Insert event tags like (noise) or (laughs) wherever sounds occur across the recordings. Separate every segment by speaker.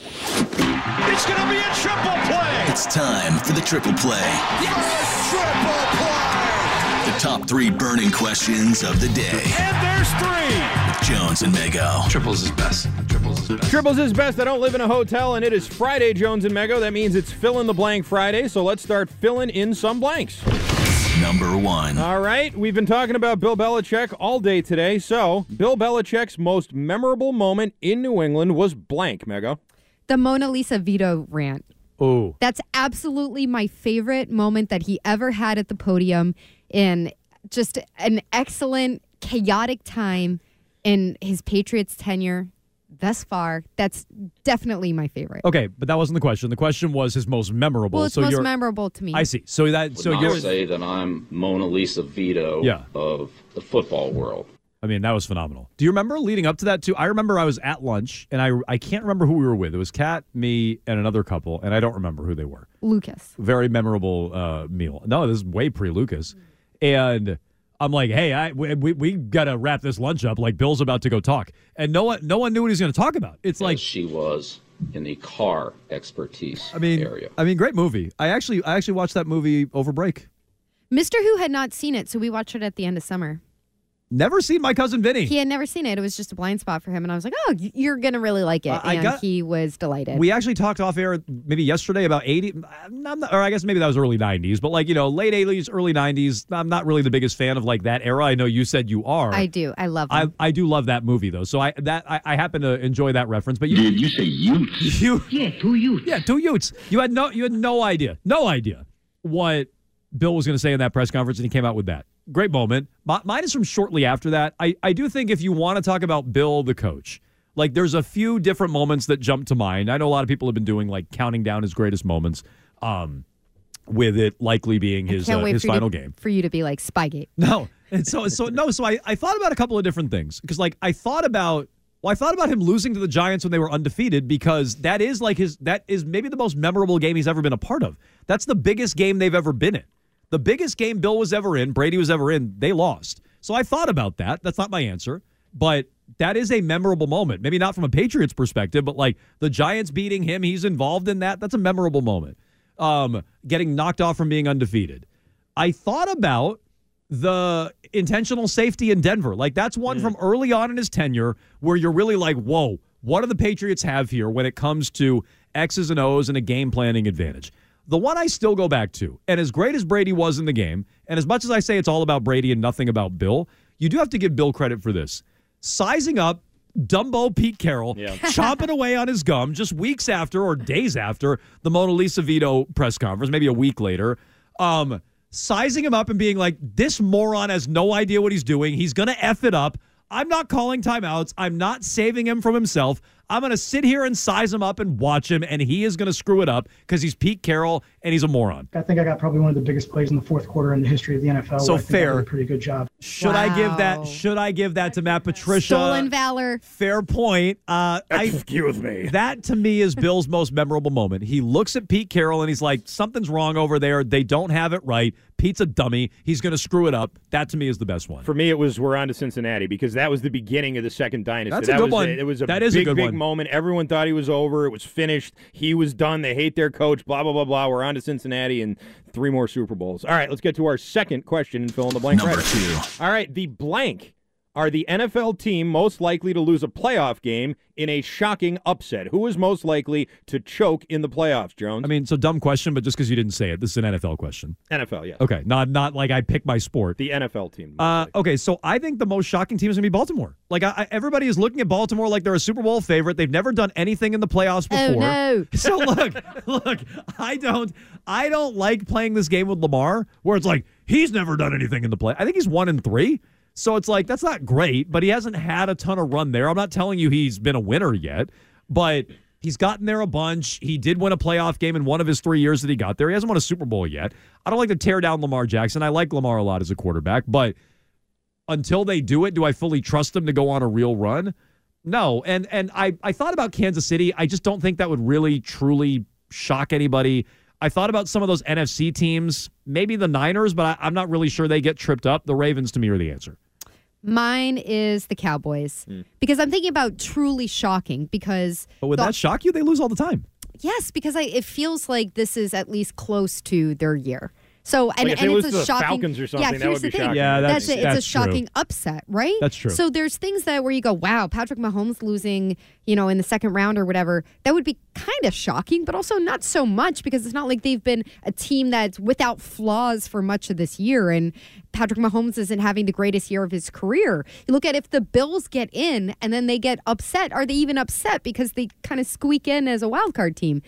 Speaker 1: It's going to be a triple play.
Speaker 2: It's time for the triple play.
Speaker 1: Triple play.
Speaker 2: The top three burning questions of the day.
Speaker 1: And there's three.
Speaker 2: Jones and Mego.
Speaker 3: Triples is best. Triples is best.
Speaker 4: Triples is best. I don't live in a hotel, and it is Friday, Jones and Mego. That means it's fill in the blank Friday, so let's start filling in some blanks.
Speaker 2: Number one.
Speaker 4: All right, we've been talking about Bill Belichick all day today, so Bill Belichick's most memorable moment in New England was blank, Mego.
Speaker 5: the Mona Lisa veto rant.
Speaker 4: Ooh.
Speaker 5: That's absolutely my favorite moment that he ever had at the podium in just an excellent, chaotic time in his Patriots tenure thus far. That's definitely my favorite.
Speaker 6: Okay, but that wasn't the question. The question was his most memorable.
Speaker 5: Well, it's
Speaker 6: so
Speaker 5: most
Speaker 6: you're,
Speaker 5: memorable to me.
Speaker 6: I see. So that so
Speaker 7: not
Speaker 6: you're
Speaker 7: say that I'm Mona Lisa Vito
Speaker 6: Yeah.
Speaker 7: of the football world.
Speaker 6: I mean, that was phenomenal. Do you remember leading up to that too? I remember I was at lunch and I I can't remember who we were with. It was Kat, me, and another couple, and I don't remember who they were.
Speaker 5: Lucas.
Speaker 6: Very memorable uh, meal. No, this is way pre Lucas. And I'm like, hey, I we, we, we gotta wrap this lunch up. Like Bill's about to go talk, and no one no one knew what he was gonna talk about. It's like
Speaker 7: as she was in the car expertise
Speaker 6: I mean
Speaker 7: area.
Speaker 6: I mean, great movie. I actually I actually watched that movie over break.
Speaker 5: Mr. Who had not seen it, so we watched it at the end of summer.
Speaker 6: Never seen my cousin Vinny.
Speaker 5: He had never seen it. It was just a blind spot for him. And I was like, oh, y- you're going to really like it.
Speaker 6: Uh, I
Speaker 5: and
Speaker 6: got-
Speaker 5: he was delighted.
Speaker 6: We actually talked off air maybe yesterday about 80, I'm not, or I guess maybe that was early 90s, but like, you know, late 80s, early 90s. I'm not really the biggest fan of like that era. I know you said you are.
Speaker 5: I do. I love
Speaker 6: I,
Speaker 5: him.
Speaker 6: I do love that movie though. So I that I, I happen to enjoy that reference. But you
Speaker 7: Did you say you?
Speaker 6: you
Speaker 8: (laughs) Yeah, two youths.
Speaker 6: yeah, two Utes. You had no you had no idea. No idea what Bill was gonna say in that press conference and he came out with that. Great moment. Mi- Mine is from shortly after that. I, I do think if you want to talk about Bill the coach, like there's a few different moments that jump to mind. I know a lot of people have been doing like counting down his greatest moments, um, with it likely being his
Speaker 5: Can't
Speaker 6: uh,
Speaker 5: wait
Speaker 6: his
Speaker 5: for you to-
Speaker 6: final game.
Speaker 5: For you to be like Spygate.
Speaker 6: No. And so so no, so I, I thought about a couple of different things. Because like I thought about well, I thought about him losing to the Giants when they were undefeated because that is like his that is maybe the most memorable game he's ever been a part of. That's the biggest game they've ever been in. The biggest game Bill was ever in, Brady was ever in, they lost. So I thought about that. That's not my answer, but that is a memorable moment. Maybe not from a Patriots perspective, but like the Giants beating him, he's involved in that. That's a memorable moment. Um, getting knocked off from being undefeated. I thought about the intentional safety in Denver. Like that's one from early on in his tenure where you're really like, whoa, what do the Patriots have here when it comes to X's and O's and a game planning advantage? The one I still go back to, and as great as Brady was in the game, and as much as I say it's all about Brady and nothing about Bill, you do have to give Bill credit for this. Sizing up Dumbo Pete Carroll, (laughs) chomping away on his gum just weeks after or days after the Mona Lisa Vito press conference, maybe a week later. Um, sizing him up and being like, this moron has no idea what he's doing. He's going to F it up. I'm not calling timeouts. I'm not saving him from himself. I'm going to sit here and size him up and watch him, and he is going to screw it up because he's Pete Carroll and he's a moron.
Speaker 9: I think I got probably one of the biggest plays in the fourth quarter in the history of the NFL.
Speaker 6: So
Speaker 9: I think I did
Speaker 6: fair.
Speaker 9: a pretty good job.
Speaker 6: Should I give
Speaker 5: Wow.
Speaker 6: that? Should I give that to Matt Patricia?
Speaker 5: Stolen Valor.
Speaker 6: Fair point. Uh, Excuse me. That to me is Bill's most memorable moment. He looks at Pete Carroll and he's like, "Something's wrong over there. They don't have it right. Pete's a dummy. He's going to screw it up." That to me is the best one.
Speaker 4: For me, it was we're on to Cincinnati because that was the beginning of the second dynasty.
Speaker 6: That's a
Speaker 4: that
Speaker 6: good
Speaker 4: was
Speaker 6: one.
Speaker 4: it was a
Speaker 6: That is a
Speaker 4: big,
Speaker 6: good
Speaker 4: big
Speaker 6: one.
Speaker 4: moment. Everyone thought he was over. It was finished. He was done. They hate their coach. Blah blah blah blah. We're on to Cincinnati and three more Super Bowls. All right, let's get to our second question and fill in the blank.
Speaker 2: Number
Speaker 4: right.
Speaker 2: two.
Speaker 4: All right, the blank are the NFL team most likely to lose a playoff game in a shocking upset. Who is most likely to choke in the playoffs, Jones?
Speaker 6: I mean, so dumb question, but just because you didn't say it, this is an NFL question.
Speaker 4: NFL, yeah.
Speaker 6: Okay, not not like I pick my sport.
Speaker 4: The NFL team. most
Speaker 6: Uh,
Speaker 4: likely.
Speaker 6: okay, so I think the most shocking team is going to be Baltimore. Like I, I, everybody is looking at Baltimore like they're a Super Bowl favorite. They've never done anything in the playoffs before.
Speaker 5: Oh, no.
Speaker 6: (laughs) So look, look, I don't I don't like playing this game with Lamar where it's like he's never done anything in the play. I think he's 1 and 3. So it's like that's not great, but he hasn't had a ton of run there. I'm not telling you he's been a winner yet, but He's gotten there a bunch. He did win a playoff game in one of his three years that he got there. He hasn't won a Super Bowl yet. I don't like to tear down Lamar Jackson. I like Lamar a lot as a quarterback, but until they do it, do I fully trust them to go on a real run? No. And and I, I thought about Kansas City. I just don't think that would really truly shock anybody. I thought about some of those NFC teams, maybe the Niners, but I, I'm not really sure they get tripped up. The Ravens to me are the answer.
Speaker 5: Mine is the Cowboys
Speaker 4: Hmm.
Speaker 5: because I'm thinking about truly shocking because
Speaker 6: But would
Speaker 5: the-
Speaker 6: that shock you? They lose all the time.
Speaker 5: yes because I it feels like this is at least close to their year. So and,
Speaker 4: Like, if
Speaker 5: and
Speaker 4: they lose
Speaker 5: it's a
Speaker 4: to the
Speaker 5: shocking
Speaker 4: Falcons or
Speaker 5: Yeah,
Speaker 4: something, that would
Speaker 5: here's the
Speaker 4: be
Speaker 5: thing.
Speaker 4: shocking.
Speaker 6: Yeah,
Speaker 5: that's,
Speaker 6: that's-
Speaker 5: it. it's a
Speaker 6: that's true.
Speaker 5: shocking upset, right?
Speaker 6: That's true.
Speaker 5: So there's things that where you go, wow, Patrick Mahomes losing, you know, in the second round or whatever. That would be kind of shocking, but also not so much because it's not like they've been a team that's without flaws for much of this year. And Patrick Mahomes isn't having the greatest year of his career. You look at if the Bills get in and then they get upset, are they even upset because they kind of squeak in as a wild card team?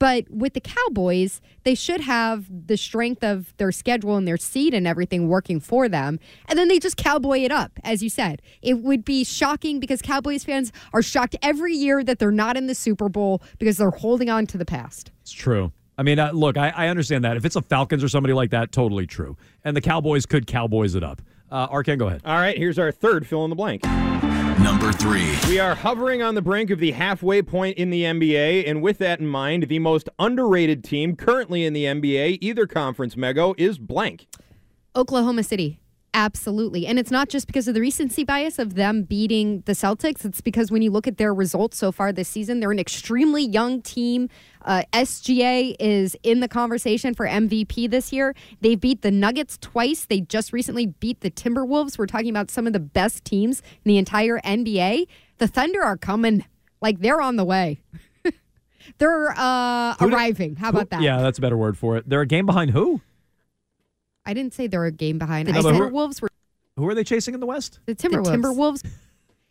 Speaker 5: But with the Cowboys, they should have the strength of their schedule and their seed and everything working for them. And then they just cowboy it up, as you said. It would be shocking because Cowboys fans are shocked every year that they're not in the Super Bowl because they're holding on to the past.
Speaker 6: It's true. I mean, uh, look, I, I understand that. If it's a Falcons or somebody like that, totally true. And the Cowboys could Cowboys it up. Uh, Arkan, go ahead.
Speaker 4: All right, here's our third fill in the blank.
Speaker 2: Number three.
Speaker 4: We are hovering on the brink of the halfway point in the NBA, and with that in mind, the most underrated team currently in the NBA, either conference, Mego, is blank.
Speaker 5: Oklahoma City. Absolutely. And it's not just because of the recency bias of them beating the Celtics. It's because when you look at their results so far this season, they're an extremely young team. Uh, SGA is in the conversation for MVP this year. They beat the Nuggets twice. They just recently beat the Timberwolves. We're talking about some of the best teams in the entire NBA. The Thunder are coming. Like they're on the way. (laughs) they're uh, arriving. How about that?
Speaker 6: Yeah, that's a better word for it. They're a game behind who?
Speaker 5: I didn't say they're a game behind. I
Speaker 6: No,
Speaker 5: said
Speaker 6: but
Speaker 5: the
Speaker 6: who-
Speaker 5: Wolves were
Speaker 6: Who are they chasing in the West?
Speaker 5: the Timberwolves. Timberwolves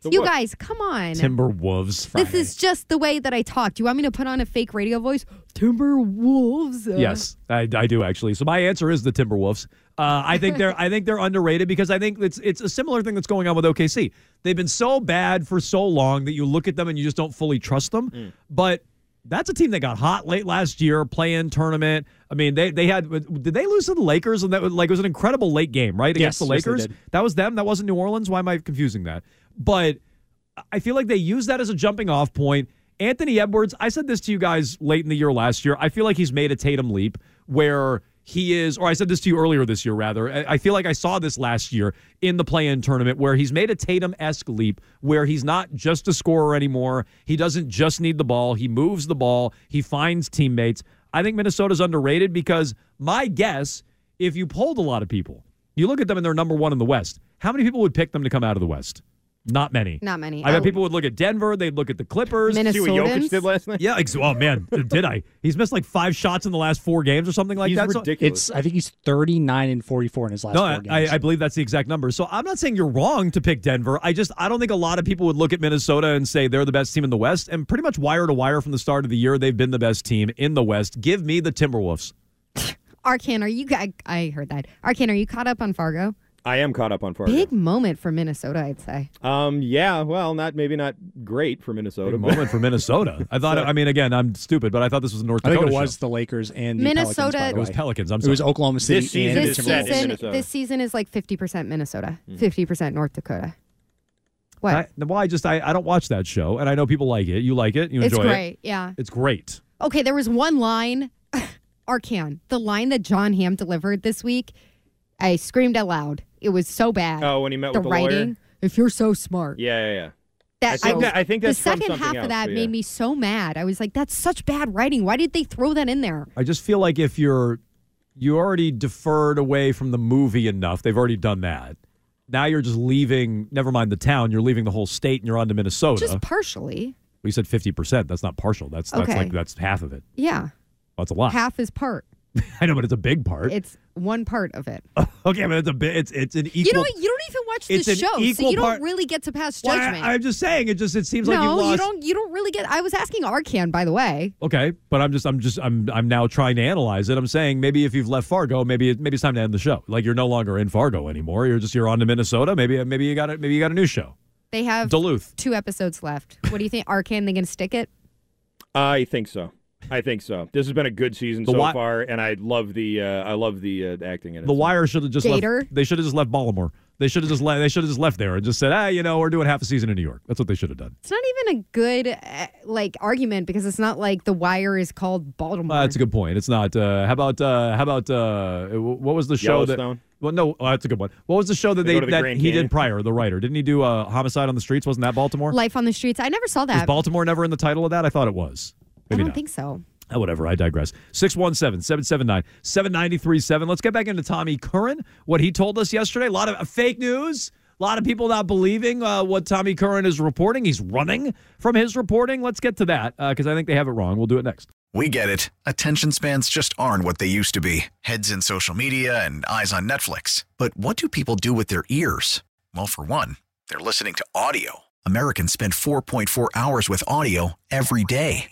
Speaker 4: The
Speaker 5: you
Speaker 4: what?
Speaker 5: guys, come on.
Speaker 6: Timberwolves.
Speaker 5: this is just the way that I talk. Do you want me to put on a fake radio voice? Timberwolves. Uh,
Speaker 6: Yes, I, I do actually. So my answer is the Timberwolves. Uh, I think they're I think they're underrated because I think it's it's a similar thing that's going on with OKC. They've been so bad for so long that you look at them and you just don't fully trust them.
Speaker 4: Mm.
Speaker 6: But that's a team that got hot late last year, play-in tournament. I mean, they they had did they lose to the Lakers and that was like it was an incredible late game, right? Against the
Speaker 4: Yes, yes, they
Speaker 6: Lakers.
Speaker 4: did.
Speaker 6: That was them. That wasn't New Orleans. Why am I confusing that? But I feel like they use that as a jumping off point. Anthony Edwards, I said this to you guys late in the year last year. I feel like he's made a Tatum leap where he is, or I said this to you earlier this year, rather. I I feel like I saw this last year in the play in tournament where he's made a Tatum esque leap where he's not just a scorer anymore. He doesn't just need the ball, he moves the ball, he finds teammates. I think Minnesota's underrated because my guess, if you polled a lot of people, you look at them and they're number one in the West. How many people would pick them to come out of the West? Not many.
Speaker 5: Not many.
Speaker 6: I bet
Speaker 5: Oh.
Speaker 6: people would look at Denver. They'd look at the Clippers.
Speaker 4: See what Jokic did
Speaker 5: Minnesotans.
Speaker 4: last night?
Speaker 6: yeah. Ex- oh man, did I? He's missed like five shots in the last four games or something like
Speaker 4: He's
Speaker 6: that. So-
Speaker 4: ridiculous.
Speaker 8: It's I think he's 39 and 44 in his last
Speaker 6: no,
Speaker 8: four games.
Speaker 6: I, I believe that's the exact number. So I'm not saying you're wrong to pick Denver. I just I don't think a lot of people would look at Minnesota and say they're the best team in the West. And pretty much wire to wire from the start of the year, they've been the best team in the West. Give me the Timberwolves.
Speaker 5: Arcan, are you? I, I heard that. Arcan, are you caught up on Fargo?
Speaker 4: I am caught up on Fargo.
Speaker 5: Big moment for Minnesota, I'd say.
Speaker 4: Um, yeah, well, not maybe not great for Minnesota.
Speaker 6: Big
Speaker 4: but-
Speaker 6: moment for Minnesota.
Speaker 8: (laughs)
Speaker 6: I thought. I mean, again, I'm stupid, but I thought this was a North
Speaker 8: I
Speaker 6: Dakota.
Speaker 8: think it was
Speaker 6: show.
Speaker 8: the Lakers and the
Speaker 5: Minnesota-
Speaker 8: Pelicans, by the
Speaker 6: It was
Speaker 8: way.
Speaker 6: Pelicans. I'm
Speaker 8: It
Speaker 6: sorry.
Speaker 8: was Oklahoma City
Speaker 4: This season
Speaker 8: and
Speaker 4: is
Speaker 5: This
Speaker 8: the
Speaker 4: set in
Speaker 8: Timberwolves.
Speaker 5: season,
Speaker 4: Minnesota. Mm.
Speaker 5: this season is like 50% Minnesota, 50% North Dakota. What?
Speaker 6: I, well, I just I, I don't watch that show, and I know people like it. You like it. You
Speaker 5: it's
Speaker 6: enjoy it.
Speaker 5: great. Yeah.
Speaker 6: It's great.
Speaker 5: Okay, there was one line, (laughs) Arcan, the line that John Hamm delivered this week. I screamed out loud. It was so
Speaker 4: (laughs)
Speaker 5: bad.
Speaker 4: Oh, when he met
Speaker 5: the
Speaker 4: with the
Speaker 5: writing.
Speaker 4: lawyer?
Speaker 5: If you're so smart,
Speaker 4: Yeah, yeah, yeah.
Speaker 5: that,
Speaker 4: I think
Speaker 5: was-
Speaker 4: that- I think that's
Speaker 5: the
Speaker 4: from
Speaker 5: second
Speaker 4: something
Speaker 5: half
Speaker 4: else,
Speaker 5: of that
Speaker 4: but yeah.
Speaker 5: made me so mad. I was like, "That's such bad writing. Why did they throw that in there?"
Speaker 6: I just feel like if you're you already deferred away from the movie enough, they've already done that. Now you're just leaving. Never mind the town. You're leaving the whole state, and you're on to Minnesota.
Speaker 5: Just partially,
Speaker 6: we said fifty percent. That's not partial. That's that's
Speaker 5: Okay.
Speaker 6: like that's half of it.
Speaker 5: yeah.
Speaker 6: That's a lot.
Speaker 5: Half is part.
Speaker 6: I know, but it's a big part.
Speaker 5: It's one part of it.
Speaker 6: okay, but it's a bit. It's it's an equal.
Speaker 5: you know, what? you don't even watch
Speaker 6: It's
Speaker 5: the
Speaker 6: an
Speaker 5: show, so
Speaker 6: equal
Speaker 5: you
Speaker 6: part-
Speaker 5: don't really get to pass
Speaker 6: Well,
Speaker 5: judgment.
Speaker 6: I, am just saying. It just it seems like you
Speaker 5: no,
Speaker 6: lost.
Speaker 5: don't. You don't really get. I was asking Arcan, by the way.
Speaker 6: Okay, but I'm just I'm just I'm I'm now trying to analyze it. I'm saying maybe if you've left Fargo, maybe it, maybe it's time to end the show. Like you're no longer in Fargo anymore. You're just you're on to Minnesota. Maybe maybe you got a, maybe you got a new show.
Speaker 5: They have
Speaker 6: Duluth.
Speaker 5: two episodes left. What do you think, Arcan? They gonna stick it?
Speaker 4: I think so. I think so. This has been a good season
Speaker 6: The
Speaker 4: so
Speaker 6: wi-
Speaker 4: far, and I love the uh, I love the uh, acting in it.
Speaker 6: The Wire should have just left-
Speaker 5: Gator?
Speaker 6: they should have just left Baltimore. They should have just le- they should have just left there and just said, ah, you know, we're doing half a season in New York. That's what they should have done.
Speaker 5: It's not even a good uh, like argument because it's not like the wire is called Baltimore.
Speaker 6: Uh, that's a good point. It's not. Uh, how about uh, how about uh, wh- what was the show that?
Speaker 4: Yellowstone?
Speaker 6: Well, no, oh, that's a good one. What was the show that
Speaker 4: They
Speaker 6: they,
Speaker 4: go to the
Speaker 6: that
Speaker 4: Grand
Speaker 6: he
Speaker 4: Canyon.
Speaker 6: did prior? The writer didn't he do uh, Homicide on the Streets? Wasn't that Baltimore?
Speaker 5: Life on the streets. I never saw
Speaker 6: was
Speaker 5: that.
Speaker 6: Baltimore never in the title of that? I thought it was.
Speaker 5: I
Speaker 6: Maybe
Speaker 5: don't
Speaker 6: not.
Speaker 5: think so.
Speaker 6: Oh, whatever. I digress. 617 779 7937. Let's get back into Tommy Curran, what he told us yesterday. A lot of uh, fake news, a lot of people not believing uh, what Tommy Curran is reporting. He's running from his reporting. Let's get to that because I think they have it wrong. We'll do it next.
Speaker 10: We get it. Attention spans just aren't what they used to be heads in social media and eyes on Netflix. But what do people do with their ears? Well, for one, they're listening to audio. Americans spend 4.4 hours with audio every day.